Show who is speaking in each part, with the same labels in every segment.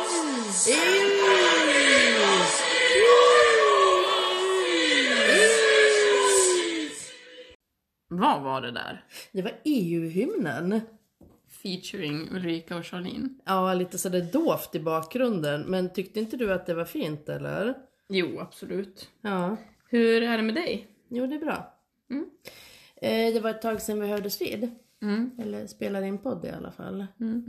Speaker 1: Eels. Eels.
Speaker 2: Vad var det där?
Speaker 1: Det var EU-hymnen.
Speaker 2: Featuring Ulrika och Charlene.
Speaker 1: Ja, lite sådär dovt i bakgrunden. Men tyckte inte du att det var fint eller?
Speaker 2: Jo, absolut.
Speaker 1: Ja.
Speaker 2: Hur är det med dig?
Speaker 1: Jo, det är bra.
Speaker 2: Mm.
Speaker 1: Eh, det var ett tag sedan vi hördes vid. Eller spelade in podd i alla fall.
Speaker 2: Mm,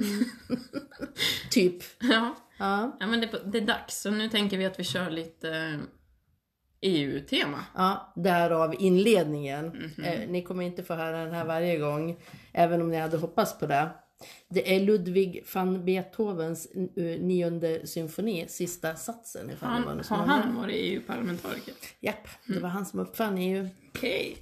Speaker 1: typ.
Speaker 2: Ja.
Speaker 1: Ja.
Speaker 2: ja, men det, är på- det är dags. Så nu tänker vi att vi kör lite eh, E EU-tema.
Speaker 1: Ja, därav inledningen.
Speaker 2: Mhm.
Speaker 1: eh, ni kommer inte få höra den här varje gång, även om ni hade hoppats på det. Det är Ludwig van Beethovens eh, nionde symfoni, sista satsen. Ifall det var
Speaker 2: Han,
Speaker 1: någon som
Speaker 2: har
Speaker 1: hade-
Speaker 2: han varit E EU-parlamentariker?
Speaker 1: Japp,
Speaker 2: Mm.
Speaker 1: det var han som uppfann E EU.
Speaker 2: Okej.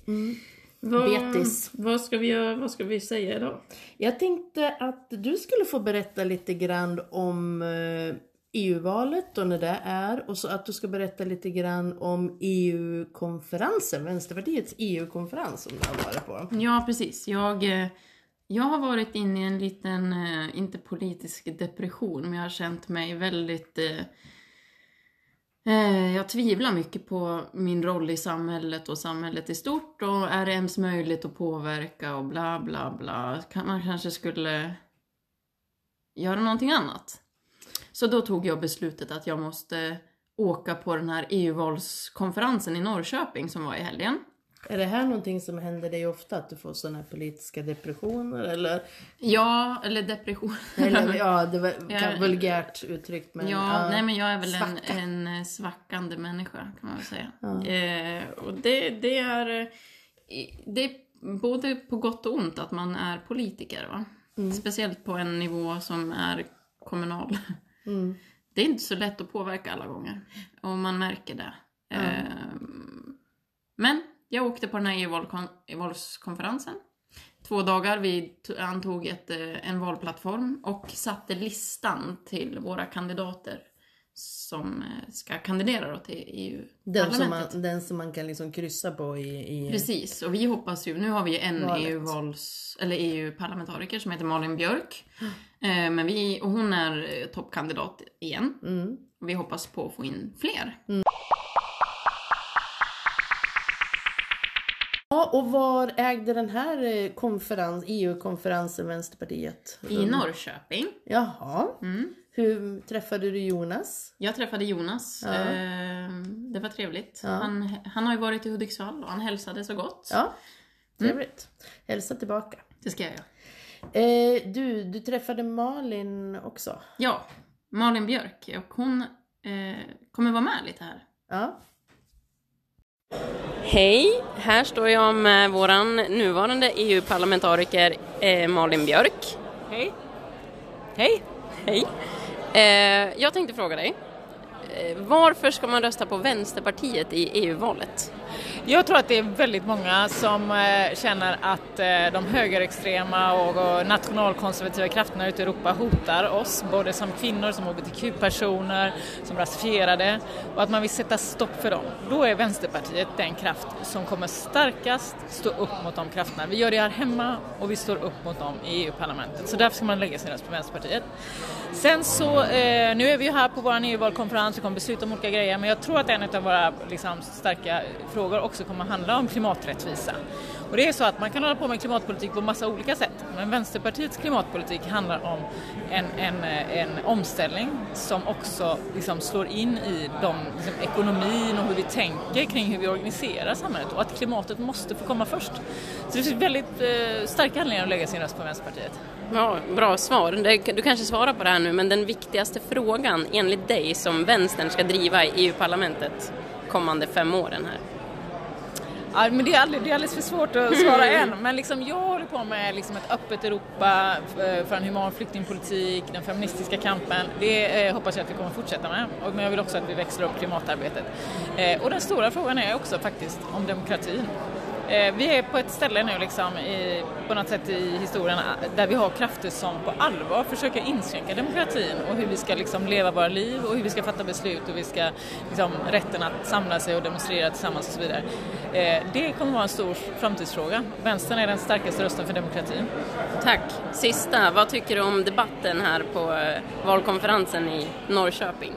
Speaker 1: Betis.
Speaker 2: Vad, vad, ska vi göra- vad ska vi säga idag?
Speaker 1: Jag tänkte att du skulle få berätta lite grann om eh, EU-valet och när det är och så att du ska berätta lite grann om EU-konferensen, Vänsterpartiets EU-konferens som du har varit på.
Speaker 2: Ja, precis. Jag, eh, jag har varit inne i en liten, eh, inte politisk depression, men jag har känt mig väldigt... eh, eh, Jag tvivlar mycket på min roll i samhället och samhället i stort och är det ens möjligt att påverka och bla bla bla. Kan man kanske skulle göra någonting annat. Så då tog jag beslutet att jag måste åka på den här EU-valskonferensen i Norrköping som var i helgen.
Speaker 1: Är det här någonting som händer dig ofta, att du får sådana här politiska depressioner eller?
Speaker 2: Ja, eller depression.
Speaker 1: eller ja, det var kan,
Speaker 2: Ja.
Speaker 1: vulgärt uttryckt men...
Speaker 2: ja, nej men jag är väl en,
Speaker 1: svacka.
Speaker 2: en eh, svackande människa kan man väl säga. Eh, och det, det är eh, i- det är både på gott och ont att man är politiker. Va? Speciellt på en nivå som är kommunal.
Speaker 1: Mm.
Speaker 2: Det är inte så lätt att påverka alla gånger. Och man märker det. Eh, men jag åkte på den här EU-valskonferensen. Två dagar. Vi to- antog ett, eh, en valplattform och satte listan till våra kandidater som eh, ska kandidera då till E
Speaker 1: Den som, man,
Speaker 2: EU-parlamentet.
Speaker 1: den som man kan liksom kryssa på i... i
Speaker 2: Precis, och vi hoppas ju, nu har vi en
Speaker 1: Valet.
Speaker 2: EU-vals, eller EU-parlamentariker som heter Malin Björk. Eh, Men vi, och hon är eh, toppkandidat igen.
Speaker 1: Mm.
Speaker 2: Och Vi hoppas på att få in fler.
Speaker 1: Ja, och var ägde den här eh, konferens, EU-konferensen Vänsterpartiet?
Speaker 2: I Norrköping.
Speaker 1: Jaha.
Speaker 2: E Mm.
Speaker 1: Hur träffade du Jonas?
Speaker 2: Jag träffade Jonas.
Speaker 1: Ja.
Speaker 2: Eh, Det var trevligt.
Speaker 1: Ja.
Speaker 2: Han, han har ju varit i Hudiksvall och han hälsade så gott.
Speaker 1: Ja, trevligt. Hälsa tillbaka.
Speaker 2: Det ska jag göra.
Speaker 1: Eh, du, du träffade Malin också?
Speaker 2: Ja, Malin Björk och hon eh, kommer vara med lite här.
Speaker 1: Ja.
Speaker 3: Hej! Här står jag med våran nuvarande EU-parlamentariker eh, Malin Björk. Hej! Hej! Hej! Eh, jag tänkte fråga dig, eh, varför ska man rösta på Vänsterpartiet i E EU-valet?
Speaker 4: Jag tror att det är väldigt många som eh, känner att eh, de högerextrema och, och nationalkonservativa krafterna ute i Europa hotar oss, både som kvinnor, som hbtq-personer, som rasifierade och att man vill sätta stopp för dem. Då är Vänsterpartiet den kraft som kommer starkast stå upp mot de krafterna. Vi gör det här hemma och vi står upp mot dem i EU-parlamentet. Så därför ska man lägga sin röst på Vänsterpartiet. Sen så, eh, nu är vi ju här på vår EU-valkonferens och kommer besluta om olika grejer men jag tror att en av våra liksom, starka frågor också kommer handla om klimaträttvisa. Och det är så att man kan hålla på med klimatpolitik på massa olika sätt men Vänsterpartiets klimatpolitik handlar om en, en, eh, en omställning som också liksom, slår in i de, liksom, ekonomin och hur vi tänker kring hur vi organiserar samhället och att klimatet måste få komma först. Så det finns väldigt eh, starka anledningar att lägga sin röst på Vänsterpartiet.
Speaker 3: Ja, bra svar. Det- Du kanske svarar på det här nu, men den viktigaste frågan enligt dig som vänstern ska driva i EU-parlamentet kommande fem åren här?
Speaker 4: Ja, men det, är aldrig, det är alldeles för svårt att svara än. Men liksom, jag håller på med liksom ett öppet Europa eh, för en human flyktingpolitik, den feministiska kampen. Det eh, hoppas jag att vi kommer fortsätta med. Och- Men jag vill också att vi växlar upp klimatarbetet. Eh, och den stora frågan är också faktiskt om demokratin. Eh, Eh, Vi är på ett ställe nu liksom i, på något sätt i historien eh, där vi har krafter som på allvar försöker inskränka demokratin och hur vi ska liksom leva våra liv och hur vi ska fatta beslut och vi ska liksom rätten att samla sig och demonstrera tillsammans och så vidare. Eh, Det kommer vara en stor framtidsfråga. Vänstern är den starkaste rösten för demokratin.
Speaker 3: Tack. Sista, vad tycker du om debatten här på eh, valkonferensen i Norrköping?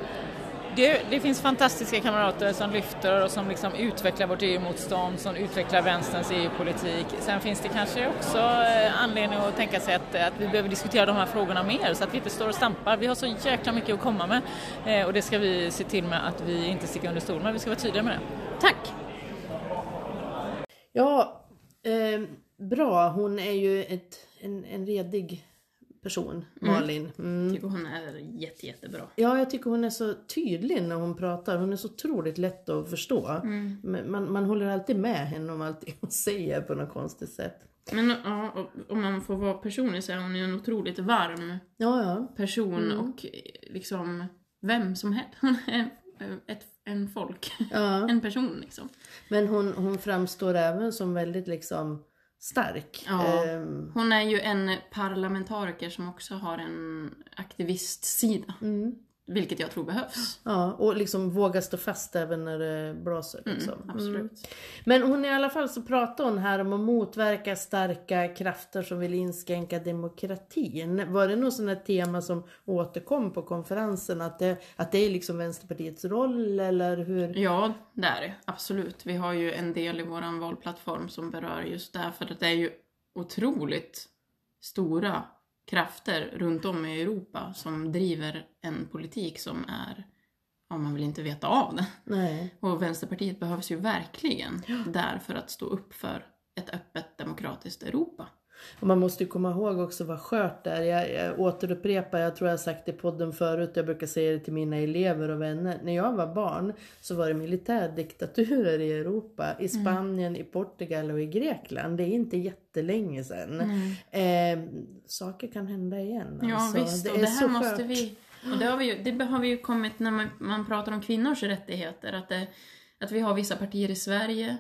Speaker 4: Det, det finns fantastiska kamrater som lyfter och som liksom utvecklar vårt EU-motstånd, som utvecklar vänsterns EU-politik. Sen finns det kanske också eh, anledning att tänka sig att, att vi behöver diskutera de här frågorna mer så att vi inte står och stampar. Vi har så jäkla mycket att komma med eh, och det ska vi se till med att vi inte sticker under stol med. Vi ska vara tydliga med det.
Speaker 3: Tack.
Speaker 1: Ja, eh, bra. Hon är ju ett, en, en redig person, Malin. Mm.
Speaker 2: Jag tycker hon är jätte, jättebra.
Speaker 1: Ja, jag tycker hon är så tydlig när hon pratar. Hon är så otroligt lätt att förstå.
Speaker 2: Mm.
Speaker 1: Men Man, man håller alltid med henne om allt hon säger på något konstigt sätt.
Speaker 2: Men ja, och- om man får vara personlig så är hon ju en otroligt varm
Speaker 1: Ja, ja.
Speaker 2: person
Speaker 3: Mm.
Speaker 2: och eh, liksom vem som helst. Hon är eh, ett, en folk.
Speaker 1: ja.
Speaker 2: En person liksom.
Speaker 1: Men hon, hon framstår även som väldigt liksom stark.
Speaker 2: Ja.
Speaker 1: Ehm,
Speaker 2: Hon är ju en parlamentariker som också har en aktivistsida.
Speaker 1: mm.
Speaker 2: Vilket jag tror behövs.
Speaker 1: Ja, och liksom vågar stå fast även när det blåser. Liksom.
Speaker 2: Mm, absolut.
Speaker 1: Mm. Men hon i alla fall så pratar hon här om att motverka starka krafter som vill inskränka demokratin. Var det något sånt här tema som återkom på konferensen? Att det, att det är liksom Vänsterpartiets roll eller hur?
Speaker 2: Ja, det är det. Absolut. Vi har ju en del i vår valplattform som berör just det. här, För att det är ju otroligt stora krafter runt om i Europa som driver en politik som är, ja man vill inte veta av den.
Speaker 1: Nej.
Speaker 2: Och Vänsterpartiet behövs ju verkligen där för att stå upp för ett öppet demokratiskt Europa.
Speaker 1: Och man måste ju komma ihåg också vad skört det är. Jag, jag återupprepar, jag tror jag har sagt det i podden förut, jag brukar säga det till mina elever och vänner. När jag var barn så var det militärdiktaturer i Europa, i Spanien, i Portugal och i Grekland. Det är inte jättelänge sedan.
Speaker 2: Mm.
Speaker 1: Eh, saker kan hända igen.
Speaker 2: Ja
Speaker 1: alltså.
Speaker 2: visst, och det här måste vi... Och det, har vi ju, det har vi ju kommit när man, man pratar om kvinnors rättigheter, att, det, att vi har vissa partier i Sverige,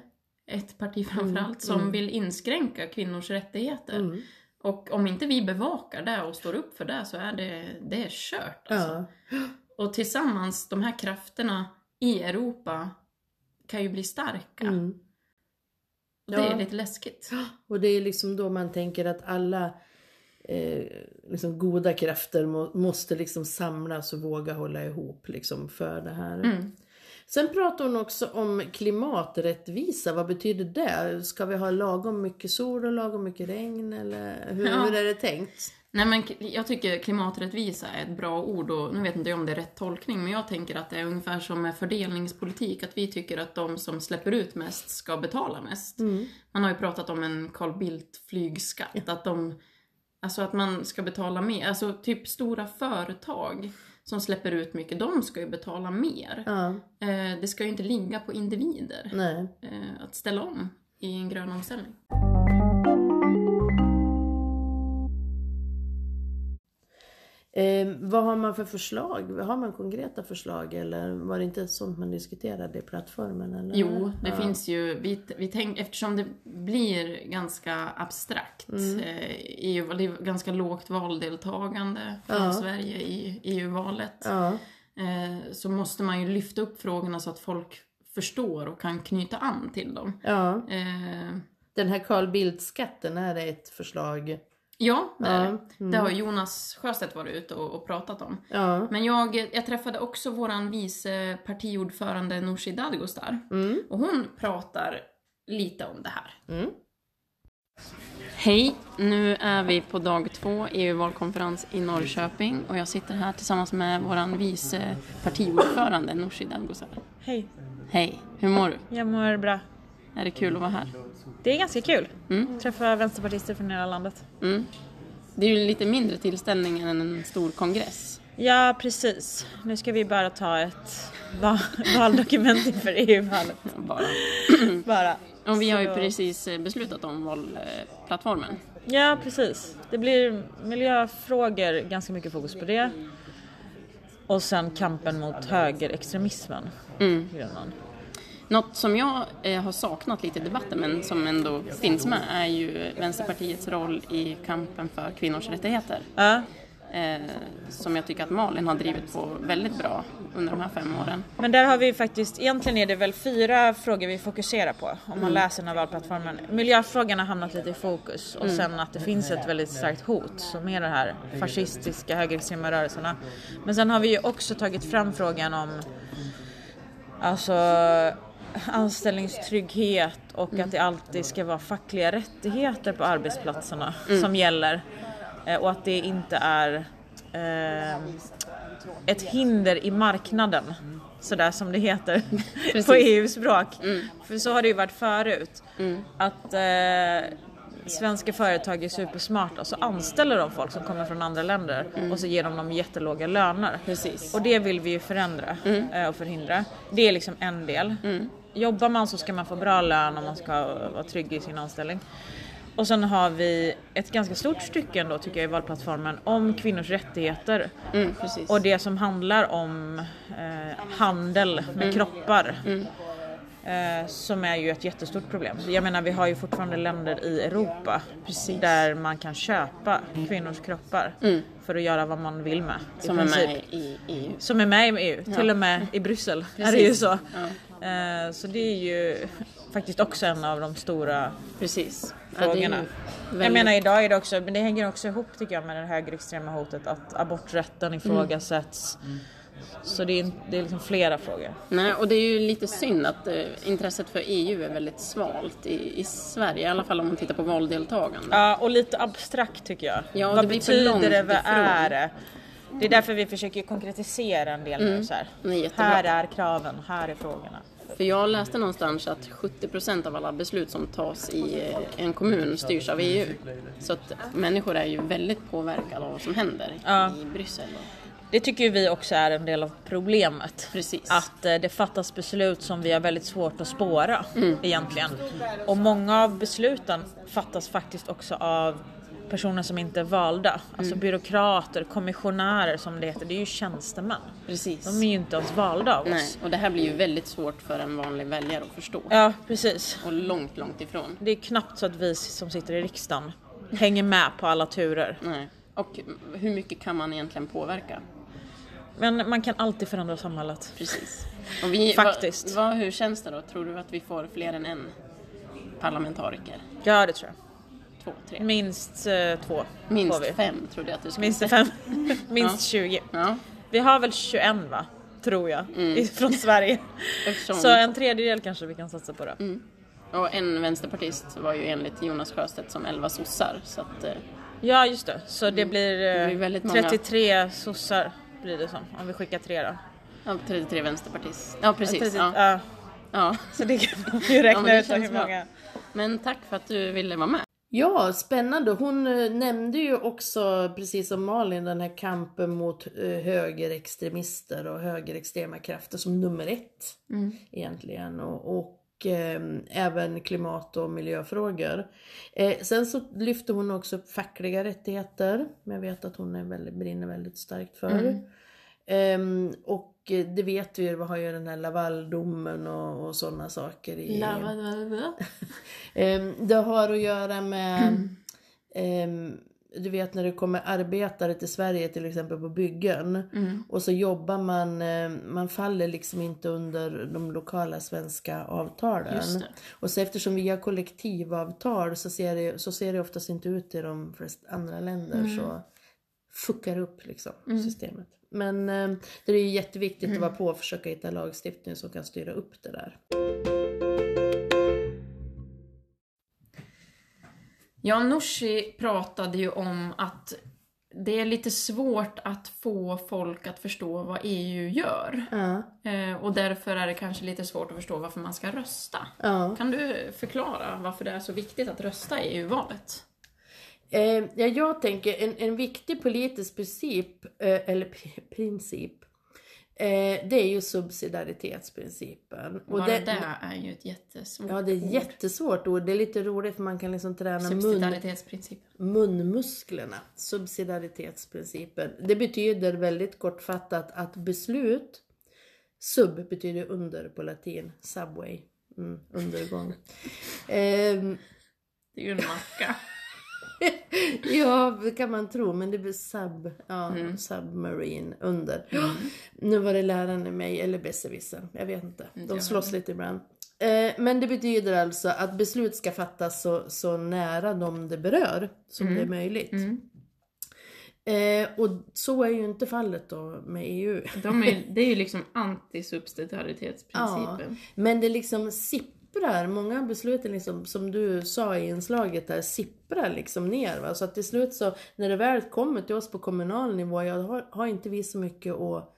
Speaker 2: ett parti framförallt, som vill inskränka kvinnors rättigheter.
Speaker 1: Mm.
Speaker 2: Och om inte vi bevakar det och står upp för det så är det, det är kört alltså.
Speaker 1: Ja,
Speaker 2: Och tillsammans, de här krafterna i Europa kan ju bli starka.
Speaker 1: mm.
Speaker 2: Det är
Speaker 1: Ja.
Speaker 2: lite läskigt.
Speaker 1: Och det är liksom då man tänker att alla eh, liksom goda krafter må, måste liksom samlas och våga hålla ihop liksom för det här.
Speaker 2: Mm.
Speaker 1: Sen pratar hon också om klimaträttvisa, vad betyder det? Ska vi ha lagom mycket sol och lagom mycket regn eller hur,
Speaker 2: Ja.
Speaker 1: hur är det tänkt?
Speaker 2: Nej men k- jag tycker klimaträttvisa är ett bra ord och nu vet inte jag om det är rätt tolkning men jag tänker att det är ungefär som med fördelningspolitik att vi tycker att de som släpper ut mest ska betala mest. Man har ju pratat om en Carl Bildt flygskatt, att de Alltså att man ska betala mer, alltså typ stora företag som släpper ut mycket, de ska ju betala mer.
Speaker 1: Ja,
Speaker 2: Eh, det ska ju inte ligga på individer
Speaker 1: nej.
Speaker 2: eh, att ställa om i en grön omställning.
Speaker 1: Eh, vad har man för förslag? Har man konkreta förslag eller var det inte sånt man diskuterade i plattformen? Eller?
Speaker 2: Jo, det
Speaker 1: ja.
Speaker 2: finns ju, vi, vi tänk, eftersom det blir ganska abstrakt,
Speaker 1: Mm.
Speaker 2: eh, EU, det är ganska lågt valdeltagande från
Speaker 1: Ja.
Speaker 2: Sverige i EU-valet,
Speaker 1: Ja,
Speaker 2: eh, så måste man ju lyfta upp frågorna så att folk förstår och kan knyta an till dem.
Speaker 1: ja.
Speaker 2: Eh,
Speaker 1: Den här Carl Bildt-skatten, är det ett förslag?
Speaker 2: ja, det, är det.
Speaker 1: Ja, mm.
Speaker 2: det har Jonas Sjöstedt varit ute och, och pratat om.
Speaker 1: Ja.
Speaker 2: Men jag, jag träffade också våran vice partiordförande Nooshi Dadgostar
Speaker 1: Mm.
Speaker 2: och hon pratar lite om det här.
Speaker 1: Mm.
Speaker 2: Hej, nu är vi på dag två EU-valkonferens i Norrköping och jag sitter här tillsammans med våran vice partiordförande Nooshi Dadgostar.
Speaker 5: Hej,
Speaker 2: Hej, hur mår du?
Speaker 5: jag mår bra.
Speaker 2: Är det kul att vara här?
Speaker 5: Det är ganska kul.
Speaker 2: Mm.
Speaker 5: Träffa vänsterpartister från hela landet.
Speaker 2: Mm. Det är ju en lite mindre tillställning än en stor kongress.
Speaker 5: Ja, precis. Nu ska vi bara ta ett va- valdokument inför EU-valet.
Speaker 2: Bara.
Speaker 5: Bara.
Speaker 2: Och Mm. vi har ju
Speaker 5: Så-
Speaker 2: precis eh, beslutat om valplattformen.
Speaker 5: Ja, precis. Det blir miljöfrågor, ganska mycket fokus på det. Och sen kampen mot högerextremismen.
Speaker 2: Mm.
Speaker 5: Grönland.
Speaker 3: Något som jag eh, har saknat lite i debatten men som ändå finns med är ju Vänsterpartiets roll i kampen för kvinnors rättigheter.
Speaker 5: Ja.
Speaker 3: Eh, som jag tycker att Malin har drivit på väldigt bra under de här fem åren.
Speaker 5: Men där har vi faktiskt, egentligen är det väl fyra frågor vi fokuserar på om man läser den här valplattformen. Miljöfrågan har hamnat lite i fokus och sen att det finns ett väldigt starkt hot som är de här fascistiska högerextrema rörelserna. Men sen har vi ju också tagit fram frågan om alltså anställningstrygghet och att det alltid ska vara fackliga rättigheter på arbetsplatserna som gäller Eh, och att det inte är ehm, ett hinder i marknaden. Sådär som det heter på EU-språk. För så har det ju varit förut. Att eh, svenska företag är supersmarta och så anställer de folk som kommer från andra länder och så ger de dem jättelåga löner.
Speaker 3: Precis.
Speaker 5: Och det vill vi ju förändra eh, och förhindra. Det är liksom en del. Jobbar man så ska man få bra lön och man ska vara trygg i sin anställning. Och sen har vi ett ganska stort stycke ändå tycker jag i valplattformen om kvinnors rättigheter.
Speaker 3: Mm, precis.
Speaker 5: Och det som handlar om eh, handel med kroppar. Eh, som är ju ett jättestort problem. Så Jag menar vi har ju fortfarande länder i Europa där man kan köpa kvinnors kroppar för att göra vad man vill med. i
Speaker 3: som är
Speaker 5: princip.
Speaker 3: med i E EU.
Speaker 5: Som är med i EU, till och med i Bryssel är det ju så. Eh, Så det är ju faktiskt också en av de stora
Speaker 3: Precis.
Speaker 5: frågorna. Jag menar idag är det också, men det hänger också ihop tycker jag med det högerextrema hotet att aborträtten
Speaker 3: Mm.
Speaker 5: ifrågasätts. Så det är, en- det är liksom flera frågor.
Speaker 3: Nej, och det är ju lite synd att eh, intresset för EU är väldigt svalt i, i Sverige, i alla fall om man tittar på valdeltagande.
Speaker 5: Ja, och lite abstrakt tycker jag.
Speaker 3: Ja,
Speaker 5: Vad
Speaker 3: det blir för långt
Speaker 5: betyder det? Vad
Speaker 3: ifrån.
Speaker 5: är det? Det är därför vi försöker konkretisera en del nu. Så här.
Speaker 3: Mm. Det är jättebra.
Speaker 5: här är kraven, här är frågorna.
Speaker 3: För jag läste någonstans att 70% av alla beslut som tas i eh, en kommun styrs av EU. Så att människor är ju väldigt påverkade av vad som händer i Bryssel.
Speaker 5: Det tycker ju vi också är en del av problemet.
Speaker 3: Precis.
Speaker 5: Att eh, det fattas beslut som vi har väldigt svårt att spåra
Speaker 3: Mm.
Speaker 5: egentligen. Och många av besluten fattas faktiskt också av personer som inte är valda. Alltså
Speaker 3: Mm.
Speaker 5: byråkrater, kommissionärer som det heter. Det är ju tjänstemän.
Speaker 3: Precis.
Speaker 5: De är ju inte ens valda av
Speaker 3: Nej,
Speaker 5: oss.
Speaker 3: och det här blir ju väldigt svårt för en vanlig väljare att förstå.
Speaker 5: Ja, precis.
Speaker 3: Och långt, långt ifrån.
Speaker 5: Det är knappt så att vi som sitter i riksdagen hänger med på alla turer.
Speaker 3: Nej. Och hur mycket kan man egentligen påverka?
Speaker 5: Men man kan alltid förändra samhället.
Speaker 3: Precis. Och vi,
Speaker 5: Faktiskt.
Speaker 3: Vad, vad, hur känns det då? Tror du att vi får fler än en parlamentariker?
Speaker 5: Ja, det tror jag.
Speaker 3: Två, tre?
Speaker 5: Minst eh, två får
Speaker 3: Minst
Speaker 5: vi.
Speaker 3: fem trodde jag att du skulle
Speaker 5: Minst
Speaker 3: säga.
Speaker 5: fem. Minst 20.
Speaker 3: Ja,
Speaker 5: Vi har väl 21 va? Tror jag. Från Sverige.
Speaker 3: Mm. eftersom... Mm.
Speaker 5: Så en tredjedel kanske vi kan satsa på då.
Speaker 3: Och en vänsterpartist var ju enligt Jonas Sjöstedt som elva sossar. Så att, eh,
Speaker 5: Ja just det. Så det blir, eh,
Speaker 3: Mm. blir väldigt många.
Speaker 5: 33 sossar blir det som. Om vi skickar tre då.
Speaker 3: ja, 33 vänsterpartist. Ja, precis.
Speaker 5: 33
Speaker 3: ja.
Speaker 5: ja.
Speaker 3: Ja.
Speaker 5: Så det kan man ju
Speaker 3: Ja,
Speaker 5: räkna
Speaker 3: men det
Speaker 5: ut hur
Speaker 3: känns bra.
Speaker 5: många.
Speaker 3: Men tack för att du ville vara med.
Speaker 1: Ja, spännande. Hon eh, nämnde ju också, precis som Malin, den här kampen mot eh, högerextremister och högerextrema krafter som nummer ett egentligen. Och, och eh, även klimat och miljöfrågor. Eh, sen så lyfte hon också upp fackliga rättigheter, men jag vet att hon är väldigt, brinner väldigt starkt för. Ehm, och eh, det vet vi ju, vi har ju den här Lavaldomen och, och sådana saker. I, Ehm, Det har att göra med, ehm, du vet när det kommer arbetare till Sverige till exempel på byggen och så jobbar man, eh, man faller liksom inte under de lokala svenska avtalen. Och så eftersom vi har kollektivavtal så ser det, så ser det oftast inte ut i de flesta andra länder så fuckar upp liksom systemet. Men eh, det är ju jätteviktigt att vara på och försöka hitta lagstiftning som kan styra upp det där.
Speaker 2: Ja, Nooshi pratade ju om att det är lite svårt att få folk att förstå vad EU gör.
Speaker 1: Ja,
Speaker 2: Eh, Och därför är det kanske lite svårt att förstå varför man ska rösta.
Speaker 1: ja.
Speaker 2: Kan du förklara varför det är så viktigt att rösta i E EU-valet?
Speaker 1: Eh, ja, jag tänker en, en viktig politisk princip, eh, eller pri- princip, eh, det är ju subsidiaritetsprincipen. Och
Speaker 2: Bara
Speaker 1: det-
Speaker 2: det, är ju ett jättesvårt
Speaker 1: Ja, det är
Speaker 2: ord.
Speaker 1: jättesvårt ord. Det är lite roligt för man kan liksom träna mun,
Speaker 2: Subsidiaritetsprincipen.
Speaker 1: munmusklerna. Subsidiaritetsprincipen. Det betyder väldigt kortfattat att beslut Sub betyder under på latin, subway, mm, undergång. Ehm,
Speaker 2: Det är ju en macka.
Speaker 1: ja, det kan man tro, men det blir sub, ja, submarine, under. Nu var det läraren i mig, eller besserwissern, Mm, jag vet inte. De slåss lite ibland. Eh, Men det betyder alltså att beslut ska fattas så, så nära de det berör som det är möjligt. Eh, och så är ju inte fallet då med E EU.
Speaker 2: De är, det är ju liksom antisubsidiaritetsprincipen.
Speaker 1: Men det liksom sipprar, många av besluten liksom, som du sa i inslaget där, sipprar liksom ner. Va? Så att till slut så, när det väl kommer till oss på kommunal nivå, jag har, har inte vi så mycket att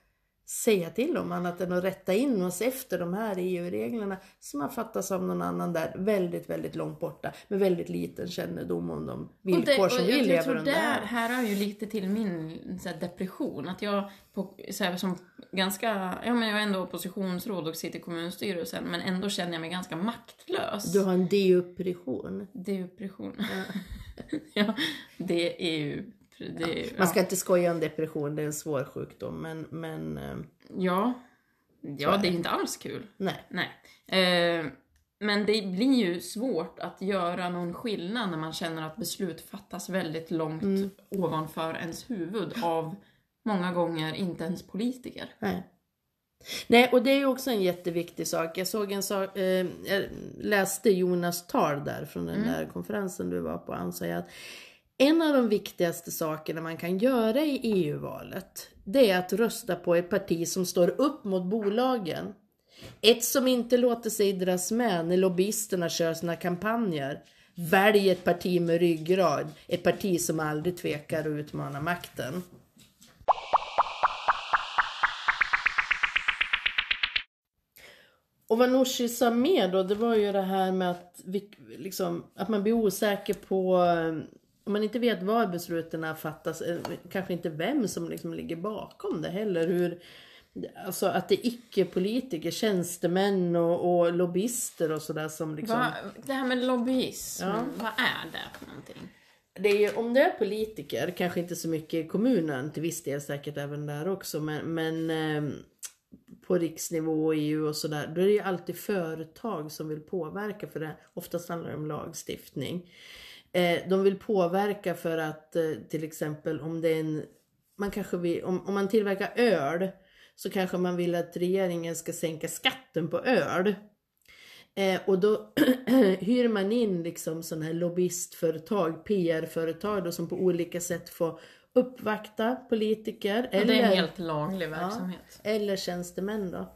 Speaker 1: säga till om annat än att rätta in oss efter de här EU-reglerna som har fattats av någon annan där väldigt, väldigt långt borta med väldigt liten kännedom om de
Speaker 2: Och det,
Speaker 1: villkor
Speaker 2: och
Speaker 1: som vi
Speaker 2: jag, jag
Speaker 1: lever
Speaker 2: tror
Speaker 1: under.
Speaker 2: där,
Speaker 1: här.
Speaker 2: här har ju lite till min så här, depression. Att jag, på, så här, som ganska, ja men jag är ändå oppositionsråd och sitter i kommunstyrelsen men ändå känner jag mig ganska maktlös.
Speaker 1: Du har en depression.
Speaker 2: Depression. ja, det är ju... Det, ja.
Speaker 1: Man ska inte skoja om depression, det är en svår sjukdom men, men eh,
Speaker 2: ja. ja, det är inte alls kul.
Speaker 1: nej.
Speaker 2: Nej. Eh, men det blir ju svårt att göra någon skillnad när man känner att beslut fattas väldigt långt ovanför ens huvud av många gånger inte ens politiker.
Speaker 1: Nej. Nej, och det är ju också en jätteviktig sak. Jag såg en sak, eh, jag läste Jonas tal där från den där konferensen du var på. Han säger att en av de viktigaste sakerna man kan göra i EU-valet, det är att rösta på ett parti som står upp mot bolagen. Ett som inte låter sig dras med när lobbyisterna kör sina kampanjer. Välj ett parti med ryggrad, ett parti som aldrig tvekar att utmana makten. Och vad Nooshi sa mer då, det var ju det här med att, vi, liksom, att man blir osäker på eh, om man inte vet var besluten fattas, eh, kanske inte vem som liksom ligger bakom det heller. Hur, alltså att det är icke-politiker, tjänstemän och, och lobbyister och sådär som liksom...
Speaker 2: Va, det här med lobbyism, vad är det för någonting?
Speaker 1: Det är ju, om det är politiker, kanske inte så mycket i kommunen, till viss del säkert även där också, men, men eh, på riksnivå och EU och sådär, då är det ju alltid företag som vill påverka för det. Oftast handlar det om lagstiftning. Eh, de vill påverka för att eh, till exempel om det är en, man kanske vill, om, om man tillverkar öl så kanske man vill att regeringen ska sänka skatten på öl. Eh, och då hyr man in liksom sådana här lobbyistföretag, PR-företag då, som på olika sätt får uppvakta politiker.
Speaker 2: Och det är en helt laglig verksamhet.
Speaker 1: Eller tjänstemän då.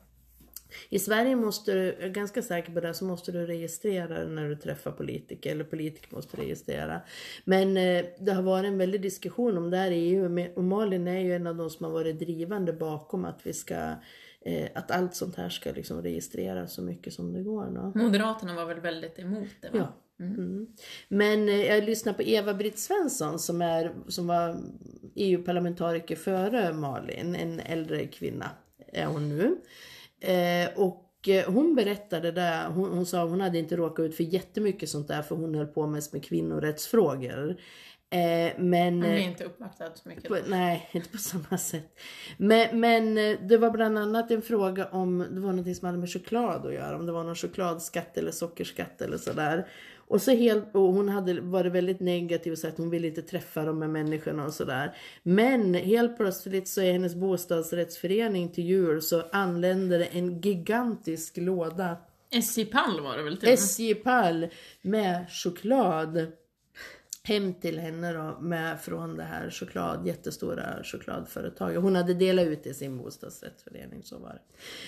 Speaker 1: I Sverige måste du, jag är ganska säker på det, så måste du registrera det när du träffar politiker, eller politiker måste registrera. Men eh, det har varit en väldig diskussion om det här i EU, men- och Malin är ju en av de som har varit drivande bakom att vi ska, eh, att allt sånt här ska liksom registreras så mycket som det går. Då.
Speaker 2: Moderaterna var väl väldigt emot det va?
Speaker 1: Ja. Mm. Men eh, jag lyssnade på Eva-Britt Svensson som, är, som var EU-parlamentariker före Malin, en äldre kvinna är hon nu. Eh, och eh, hon berättade där, hon, hon sa hon hade inte råkat ut för jättemycket sånt där för hon höll på mest med kvinnorättsfrågor. Eh, men,
Speaker 2: Man blir inte uppvaktad så mycket.
Speaker 1: på, nej, inte på samma sätt. Men, men eh, det var bland annat en fråga om det var någonting som hade med choklad att göra. Om det var någon chokladskatt eller sockerskatt eller sådär. Och, så helt, och hon hade varit väldigt negativ och sagt att hon ville inte träffa de här människorna och sådär. Men helt plötsligt så är hennes bostadsrättsförening till jul så anländer det en gigantisk låda
Speaker 2: SJ Pall var det väl typ? till och med?
Speaker 1: SJ-pall med choklad hem till henne då med från det här choklad, jättestora chokladföretaget. Hon hade delat ut det i sin bostadsrättsförening. Så var det.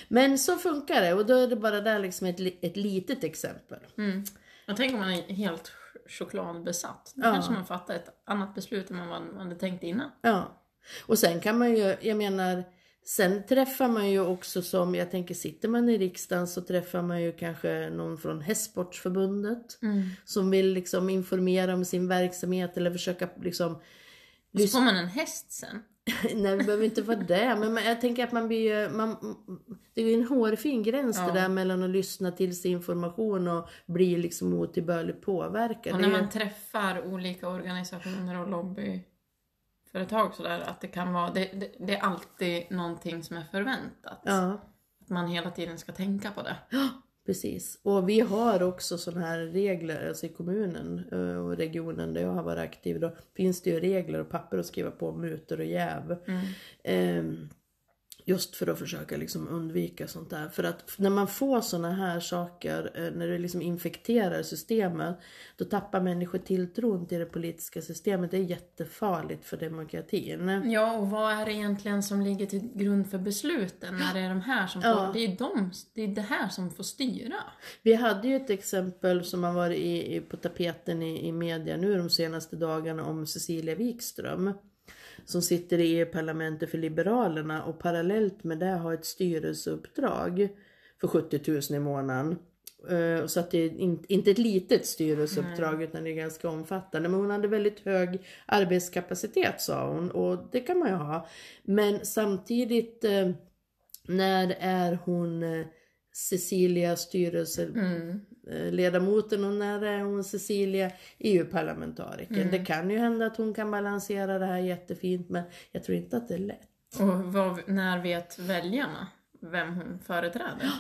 Speaker 1: Men så funkar det och då är det bara där liksom ett, li- ett litet exempel.
Speaker 2: Jag tänker om man är helt ch- chokladbesatt. Då kanske man fattar ett annat beslut än vad man hade tänkt innan.
Speaker 1: Ja. Och sen kan man ju, jag menar, sen träffar man ju också som, jag tänker sitter man i riksdagen så träffar man ju kanske någon från Hästsportförbundet som vill liksom informera om sin verksamhet eller försöka liksom
Speaker 2: Och så får man en häst sen.
Speaker 1: Nej, vi behöver inte vara det. Men man- jag tänker att man blir ju... Man, det är ju en hårfin gräns det där mellan att lyssna till sig information och bli liksom otillbörligt påverkad.
Speaker 2: Och
Speaker 1: Det
Speaker 2: när
Speaker 1: är ju-
Speaker 2: man träffar olika organisationer och lobbyföretag sådär, att det kan vara, det, det, det är alltid någonting som är förväntat.
Speaker 1: Ja.
Speaker 2: man hela tiden ska tänka på det.
Speaker 1: Precis. Och vi har också sådana här regler, alltså i kommunen eh, och regionen där jag har varit aktiv, då finns det ju regler och papper att skriva på om mutor och jäv.
Speaker 2: Mm.
Speaker 1: Ehm, Just för att försöka liksom undvika sånt där. För att när man får såna här saker, eh, när det liksom infekterar systemet, då tappar människor tilltron till det politiska systemet. Det är jättefarligt för demokratin.
Speaker 2: Ja, och vad är det egentligen som ligger till grund för besluten? När det är de här som får,
Speaker 1: Ja.
Speaker 2: det, är de, det är det här som får styra.
Speaker 1: Vi hade ju ett exempel som har varit i, i, på tapeten i, i media nu de senaste dagarna om Cecilia Wikström. Som sitter i EU-parlamentet för Liberalerna och parallellt med det har ett styrelseuppdrag för 70 000 i månaden. Eh, Så att det är in- inte ett litet styrelseuppdrag utan det är ganska omfattande. Men hon hade väldigt hög arbetskapacitet sa hon och det kan man ju ha. Men samtidigt eh, när är hon eh, Cecilia styrelse
Speaker 2: Mm.
Speaker 1: eh, ledamoten och när är hon Cecilia EU-parlamentariker.
Speaker 2: Mm.
Speaker 1: Det kan ju hända att hon kan balansera det här jättefint men jag tror inte att det är lätt.
Speaker 2: Och vad, när vet väljarna vem hon företräder?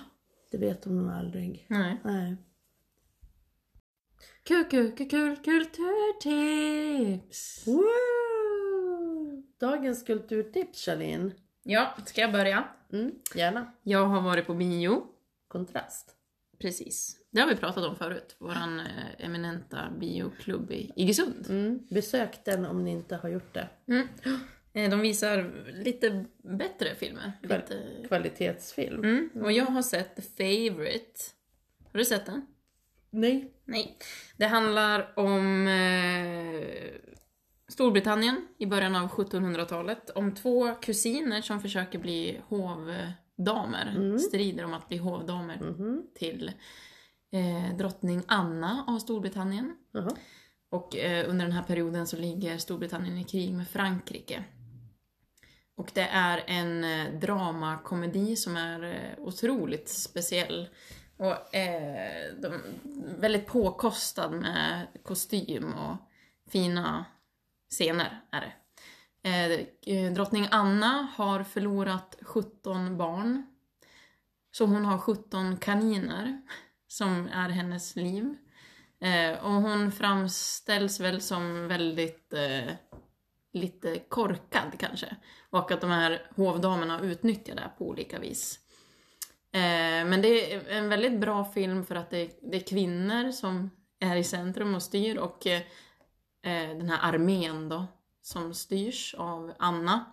Speaker 1: Det vet hon nog aldrig.
Speaker 2: Nej.
Speaker 1: Nej.
Speaker 2: Kul, kul, kul, kul, kulturtips!
Speaker 1: Woo! Dagens kulturtips Charlene.
Speaker 2: Ja, ska jag börja?
Speaker 1: Mm, gärna.
Speaker 2: Jag har varit på bio.
Speaker 1: Kontrast.
Speaker 2: Precis. Det har vi pratat om förut. Våran eh, eminenta bioklubb i Iggesund.
Speaker 1: Mm, besök den om ni inte har gjort det.
Speaker 2: Mm. Eh, De visar lite bättre filmer. Lite...
Speaker 1: Kval- kvalitetsfilm.
Speaker 2: Mm. Och jag har sett The Favourite. Har du sett den?
Speaker 1: Nej.
Speaker 2: Nej. Det handlar om eh, Storbritannien i början av 1700-talet. Om två kusiner som försöker bli hovdamer. Strider om att bli hovdamer
Speaker 1: Mhm.
Speaker 2: till eh, drottning Anna av Storbritannien.
Speaker 1: Jaha.
Speaker 2: Och eh, under den här perioden så ligger Storbritannien i krig med Frankrike. Och det är en eh, dramakomedi som är eh, otroligt speciell. Och eh, de, väldigt påkostad med kostym och fina scener är det. Eh, eh, drottning Anna har förlorat 17 barn. Så hon har 17 kaniner som är hennes liv. Eh, och hon framställs väl som väldigt eh, lite korkad kanske. Och att de här hovdamerna utnyttjar det här på olika vis. Eh, men det är en väldigt bra film för att det, det är kvinnor som är i centrum och styr och eh, eh, den här armén då som styrs av Anna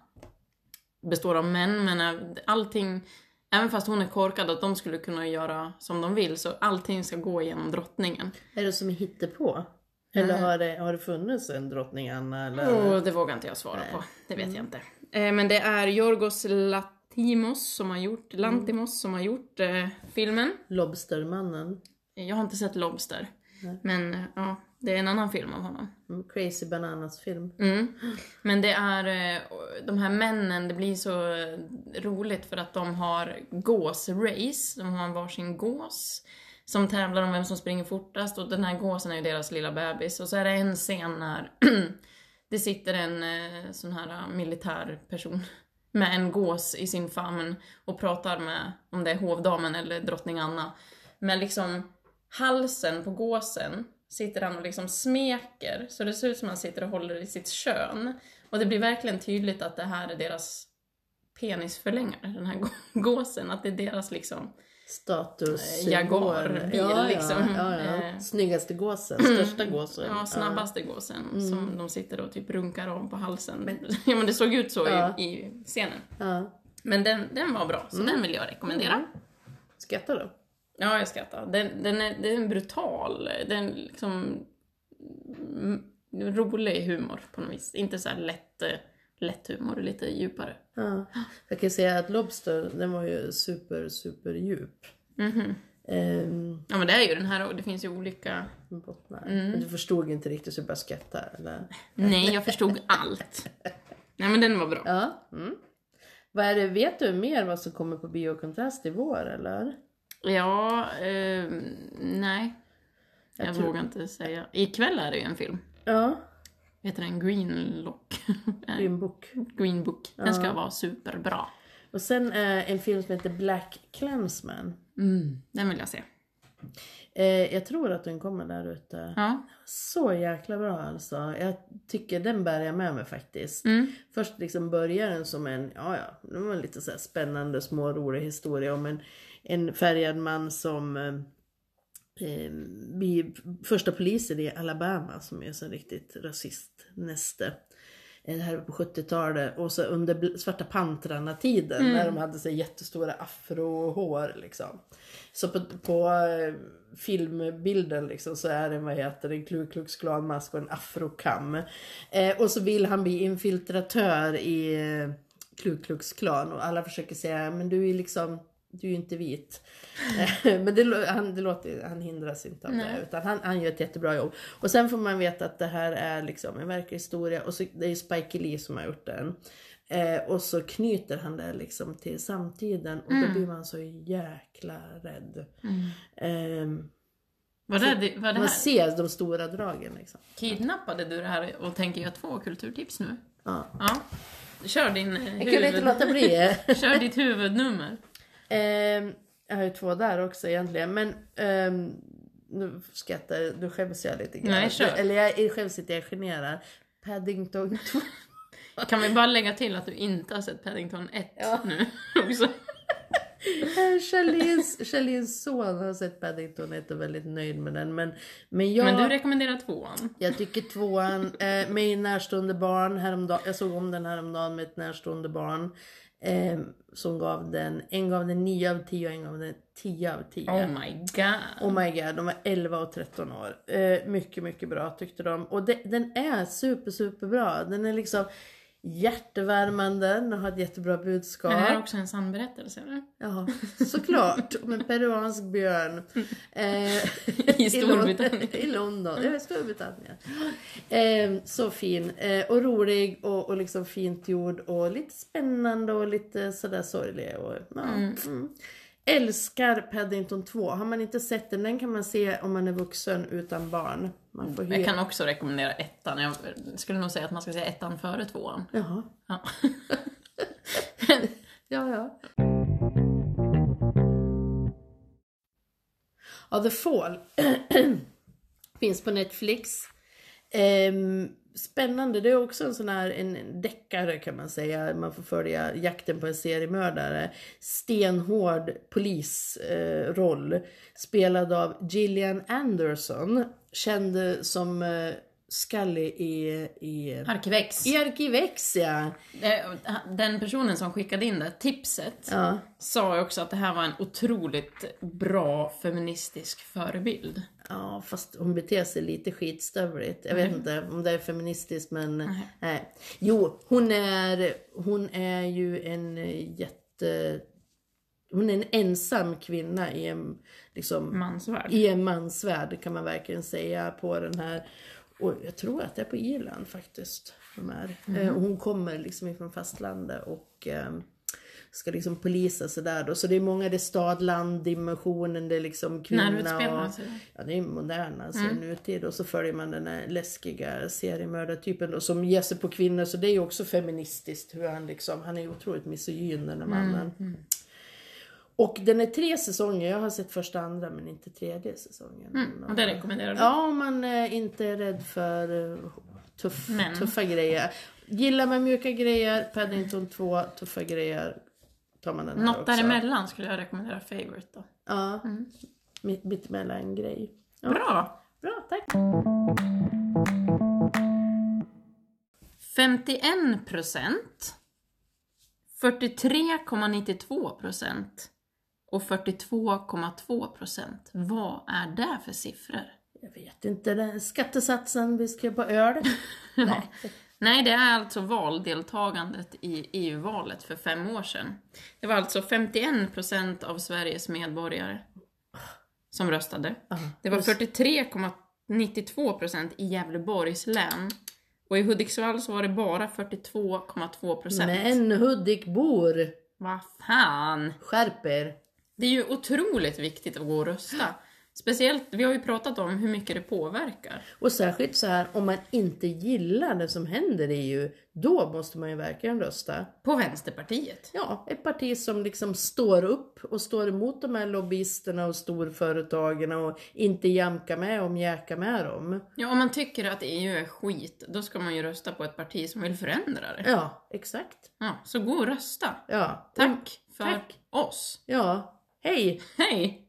Speaker 2: består av män men eh, allting, även fast hon är korkad att de skulle kunna göra som de vill så allting ska gå genom drottningen.
Speaker 1: Är det som hittepå? Eller har det, har det funnits en drottning Anna? Eller?
Speaker 2: Oh, det vågar inte jag svara på. Det vet jag inte. Eh, men det är Jorgos Latimos som har gjort, Lantimos som har gjort eh, filmen.
Speaker 1: Lobstermannen.
Speaker 2: Jag har inte sett Lobster. Men eh, ja, det är en annan film av honom.
Speaker 1: Mm, Crazy Bananas film.
Speaker 2: Mm. Men det är, eh, de här männen, det blir så eh, roligt för att de har gåsrace, de har varsin gås som tävlar om vem som springer fortast och den här gåsen är ju deras lilla bebis. Och så är det en scen när det sitter en eh, sån här eh, militär person med en gås i sin famn och pratar med, om det är hovdamen eller drottning Anna, med liksom halsen på gåsen sitter han och liksom smeker, så det ser ut som han sitter och håller i sitt kön. Och det blir verkligen tydligt att det här är deras penisförlängare, den här gå- gåsen, att det är deras liksom...
Speaker 1: Status.
Speaker 2: Eh, Jaguar, bil,
Speaker 1: ja,
Speaker 2: liksom.
Speaker 1: Ja, ja,
Speaker 2: Eh. Mm.
Speaker 1: ja. Snyggaste gåsen. Största gåsen.
Speaker 2: Ja, snabbaste gåsen
Speaker 1: Mm.
Speaker 2: som de sitter och typ runkar av på halsen. ja, men det såg ut så
Speaker 1: Ja.
Speaker 2: i, i scenen.
Speaker 1: Ja. Mm.
Speaker 2: Men den, den var bra, så den vill jag rekommendera.
Speaker 1: Skrattar du?
Speaker 2: Ja, jag skrattar. Den, den, är, den är brutal. Den är liksom... mm, Rolig humor på något vis. Inte så här lätt, eh, lätt humor, lite djupare.
Speaker 1: Ja. Jag kan säga att Lobster, den var ju super, super djup.
Speaker 2: Mm-hmm.
Speaker 1: Ehm,
Speaker 2: Ja men det är ju den här och det finns ju olika...
Speaker 1: bottnar.
Speaker 2: Mm.
Speaker 1: Men du förstod inte riktigt så du bara skrattade eller?
Speaker 2: Nej, jag förstod allt. Nej men den var bra.
Speaker 1: Mm. Ja. Mm. Vad är det, vet du mer vad som kommer på biokontrast i vår eller?
Speaker 2: Ja, eh, nej. Jag,
Speaker 1: Jag tror-
Speaker 2: vågar inte säga. Ikväll är det ju en film.
Speaker 1: Ja,
Speaker 2: Heter den Greenlock?
Speaker 1: din bok.
Speaker 2: Green Book. Den ska vara superbra.
Speaker 1: Och sen eh, en film som heter Black Clansman.
Speaker 2: Mm, den vill jag se.
Speaker 1: Eh, jag tror att den kommer där ute.
Speaker 2: Ja.
Speaker 1: Så jäkla bra alltså. Jag tycker den bär jag med mig faktiskt.
Speaker 2: Mm.
Speaker 1: Först liksom börjar den som en, ja ja, det var en lite så här spännande små rolig historia om en, en färgad man som eh, eh, blir första polisen i Alabama som är så riktigt rasistnäste. Eh, Det här var på 70-talet och så under bl- svarta pantrarna tiden när de hade så här jättestora afrohår liksom. Så på, på eh, filmbilden liksom så är det vad heter det, en Ku Klux Klan-mask och en afrokam. Eh, och så vill han bli infiltratör i eh, Ku Klux Klan och alla försöker säga men du är liksom du är ju inte vit. Eh, Men det, lå- han, det låter, han hindras inte av det. Utan han, han gör ett jättebra jobb. Och sen får man veta att det här är liksom en verklig historia. Och så, det är ju Spike Lee som har gjort den. Eh, och så knyter han det liksom till samtiden. Och
Speaker 2: Mm.
Speaker 1: då blir man så jäkla rädd. Ehm,
Speaker 2: Vad är det, Mm. vad är det här?
Speaker 1: man ser de stora dragen liksom.
Speaker 2: Kidnappade du det här och tänker jag två kulturtips nu?
Speaker 1: Ja.
Speaker 2: Ja. Kör din eh,
Speaker 1: Jag kunde inte låta bli.
Speaker 2: Kör ditt huvudnummer.
Speaker 1: Ehm, jag har ju två där också egentligen. Men ehm, nu skrattar jag, nu skäms jag lite grann.
Speaker 2: Nej, kör.
Speaker 1: Eller jag jag skäms inte, jag generar. Paddington 2.
Speaker 2: Kan vi bara lägga till att du inte har sett Paddington 1 nu också?
Speaker 1: Kjellins Eh, son har sett Paddington 1 och är väldigt nöjd med den. Men, men jag...
Speaker 2: Men du rekommenderar tvåan.
Speaker 1: Jag tycker tvåan, eh, med närstående barn häromdagen, jag såg om den häromdagen med ett närstående barn. Eh, som gav den, en gav den 9 av 10 och en gav den 10 av 10.
Speaker 2: Oh my god.
Speaker 1: Oh my god, de var 11 och 13 år. Eh, mycket, mycket bra tyckte de. Och de, den är super, super bra. Den är liksom hjärtevärmande, den har ett jättebra budskap.
Speaker 2: Är det här också en sann berättelse eller?
Speaker 1: Ja, såklart. Om en peruansk björn. Eh,
Speaker 2: I Mm. Storbritannien.
Speaker 1: I London. Ja, i Storbritannien. Eh, så fin. Eh, och rolig och, och liksom fint gjord och lite spännande och lite sådär sorglig. Och, ja. mm. Älskar Paddington 2. Har man inte sett den, den kan man se om man är vuxen utan barn. Man får
Speaker 2: Jag
Speaker 1: hyra.
Speaker 2: kan också rekommendera ettan. Jag skulle nog säga att man ska säga ettan före tvåan.
Speaker 1: Jaha.
Speaker 2: Ja.
Speaker 1: Ja, ja. Ja, The Fall finns på Netflix. Ehm, spännande, det är också en sån här en deckare kan man säga. Man får följa jakten på en seriemördare. Stenhård polisroll. spelad av Gillian Anderson. Känd som eh, Scully i, i,
Speaker 2: Arkivex.
Speaker 1: i Arkivex ja.
Speaker 2: Eh, Den personen som skickade in det tipset
Speaker 1: ja.
Speaker 2: sa ju också att det här var en otroligt bra feministisk förebild.
Speaker 1: Ja, fast hon beter sig lite skitstövligt. Jag vet inte om det är feministiskt men... Nej. Jo, hon är, hon är ju en jätte... Hon är en ensam kvinna i en, liksom,
Speaker 2: Mansvärd.
Speaker 1: i en mansvärld kan man verkligen säga på den här. Och jag tror att det är på Irland faktiskt. De här. Eh, och hon kommer liksom ifrån fastlandet och eh, ska liksom polisa sig där då. Så det är många, det är stad, land, dimensionen, det är liksom kvinna
Speaker 2: utspelar
Speaker 1: och...
Speaker 2: sig det?
Speaker 1: Ja, det är modern alltså, nutid. Och så följer man den här läskiga seriemördartypen då, som ger sig på kvinnor. Så det är ju också feministiskt hur han liksom, han är ju otroligt misogyn den här mannen. Och den är tre säsonger, jag har sett första andra men inte tredje säsongen.
Speaker 2: Och det rekommenderar du.
Speaker 1: Ja, om man eh, inte är rädd för eh, tuff,
Speaker 2: Men.
Speaker 1: tuffa grejer. Gillar man mjuka grejer, Paddington 2, tuffa grejer, tar man den här
Speaker 2: Något
Speaker 1: också.
Speaker 2: däremellan Mm. skulle jag rekommendera Favorite då.
Speaker 1: Ja, mitt, mitt emellan grej. Ja.
Speaker 2: Bra!
Speaker 1: Bra, tack.
Speaker 2: 51 procent, 43,92 procent och 42,2 procent. Vad är det för siffror?
Speaker 1: Jag vet inte, den skattesatsen vi skrev på öl.
Speaker 2: Nej. Nej, det är alltså valdeltagandet i EU-valet för fem år sedan. Det var alltså 51% av Sveriges medborgare som röstade. Det var 43,92% i Gävleborgs län. Och i Hudiksvall så var det bara 42,2%.
Speaker 1: Men Hudikbor,
Speaker 2: Vad fan!
Speaker 1: skärp er.
Speaker 2: Det är ju otroligt viktigt att gå och rösta. Speciellt, vi har ju pratat om hur mycket det påverkar.
Speaker 1: Och särskilt så här, om man inte gillar det som händer i EU, då måste man ju verkligen rösta.
Speaker 2: På Vänsterpartiet.
Speaker 1: Ja, ett parti som liksom står upp och står emot de här lobbyisterna och storföretagen och inte jamkar med om jäkar med dem.
Speaker 2: Ja, om man tycker att EU är skit, då ska man ju rösta på ett parti som vill förändra det.
Speaker 1: Ja, exakt.
Speaker 2: Ja, så gå och rösta.
Speaker 1: Ja.
Speaker 2: Tack för
Speaker 1: Mm, tack.
Speaker 2: oss.
Speaker 1: Ja. Hej!
Speaker 2: Hej!